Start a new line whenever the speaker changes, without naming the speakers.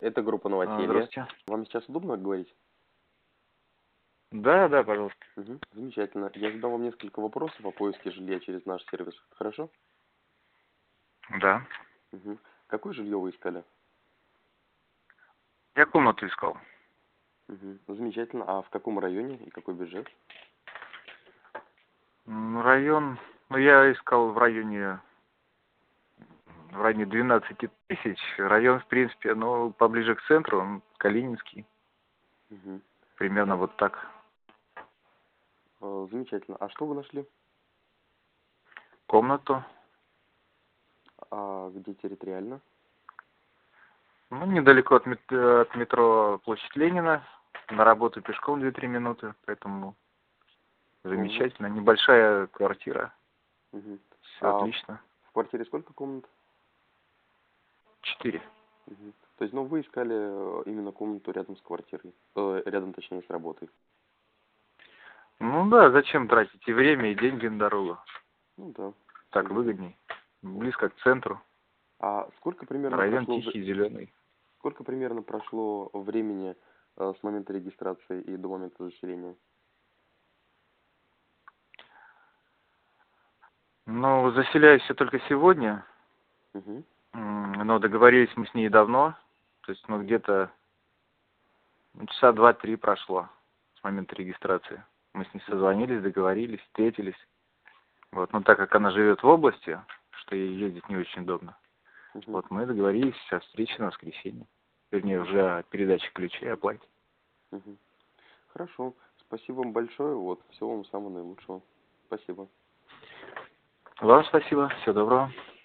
Это группа «Новоселье».
А, Здравствуйте.
Вам сейчас удобно говорить?
Да, да, пожалуйста.
Мгм, Замечательно. Я задам вам несколько вопросов о поиске жилья через наш сервис. Хорошо?
Да.
Мгм. Какое жилье вы искали?
Я комнату искал.
Мгм, Замечательно. А в каком районе и какой бюджет?
М, Район, ну я искал в районе, в районе 12 тысяч. Район, в принципе, ну, поближе к центру, он Калининский.
Мгм.
Примерно вот так.
Э, Замечательно. А что вы нашли?
Комнату.
А где территориально?
Ну, недалеко от, мет- э, от метро Площадь Ленина. На работу пешком 2-3 минуты, поэтому замечательно. Небольшая квартира.
Мгм.
Все
А-
отлично.
В квартире сколько комнат?
Четыре.
Мгм. То есть, ну, вы искали э, именно комнату рядом с квартирой, Э, рядом, точнее, с работой.
Ну да, зачем тратить и время, и деньги на дорогу?
Ну да.
Так выгодней. Близко к центру.
А сколько примерно
Район
прошло, вре-
тихий, зеленый.
сколько примерно прошло времени э, с момента регистрации и до момента заселения?
Ну, заселяюсь я только сегодня,
Мгм.
М, но договорились мы с ней давно. То есть, ну, где-то ну, часа два-три прошло с момента регистрации. Мы с ней созвонились, договорились, встретились. Вот, но так как она живет в области, что ей ездить не очень удобно,
Мгм.
вот мы договорились о встрече на воскресенье. Вернее, уже о передаче ключей, оплате.
Мгм. Хорошо. Спасибо вам большое. Вот, всего вам самого наилучшего. Спасибо.
Вам спасибо, всего доброго.